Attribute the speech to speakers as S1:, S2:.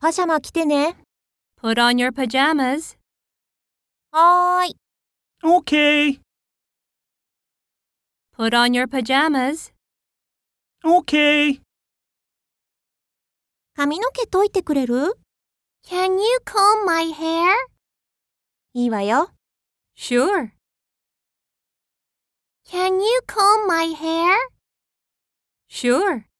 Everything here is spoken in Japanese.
S1: パジャマ着てね。
S2: Put on your pajamas.
S1: はーい。
S3: Okay,
S2: Put on your pajamas.
S3: okay.
S1: 髪の毛解いてくれる
S4: Can you comb my hair?
S1: いいわよ。
S2: Sure.
S4: Can you comb my hair?
S2: Sure.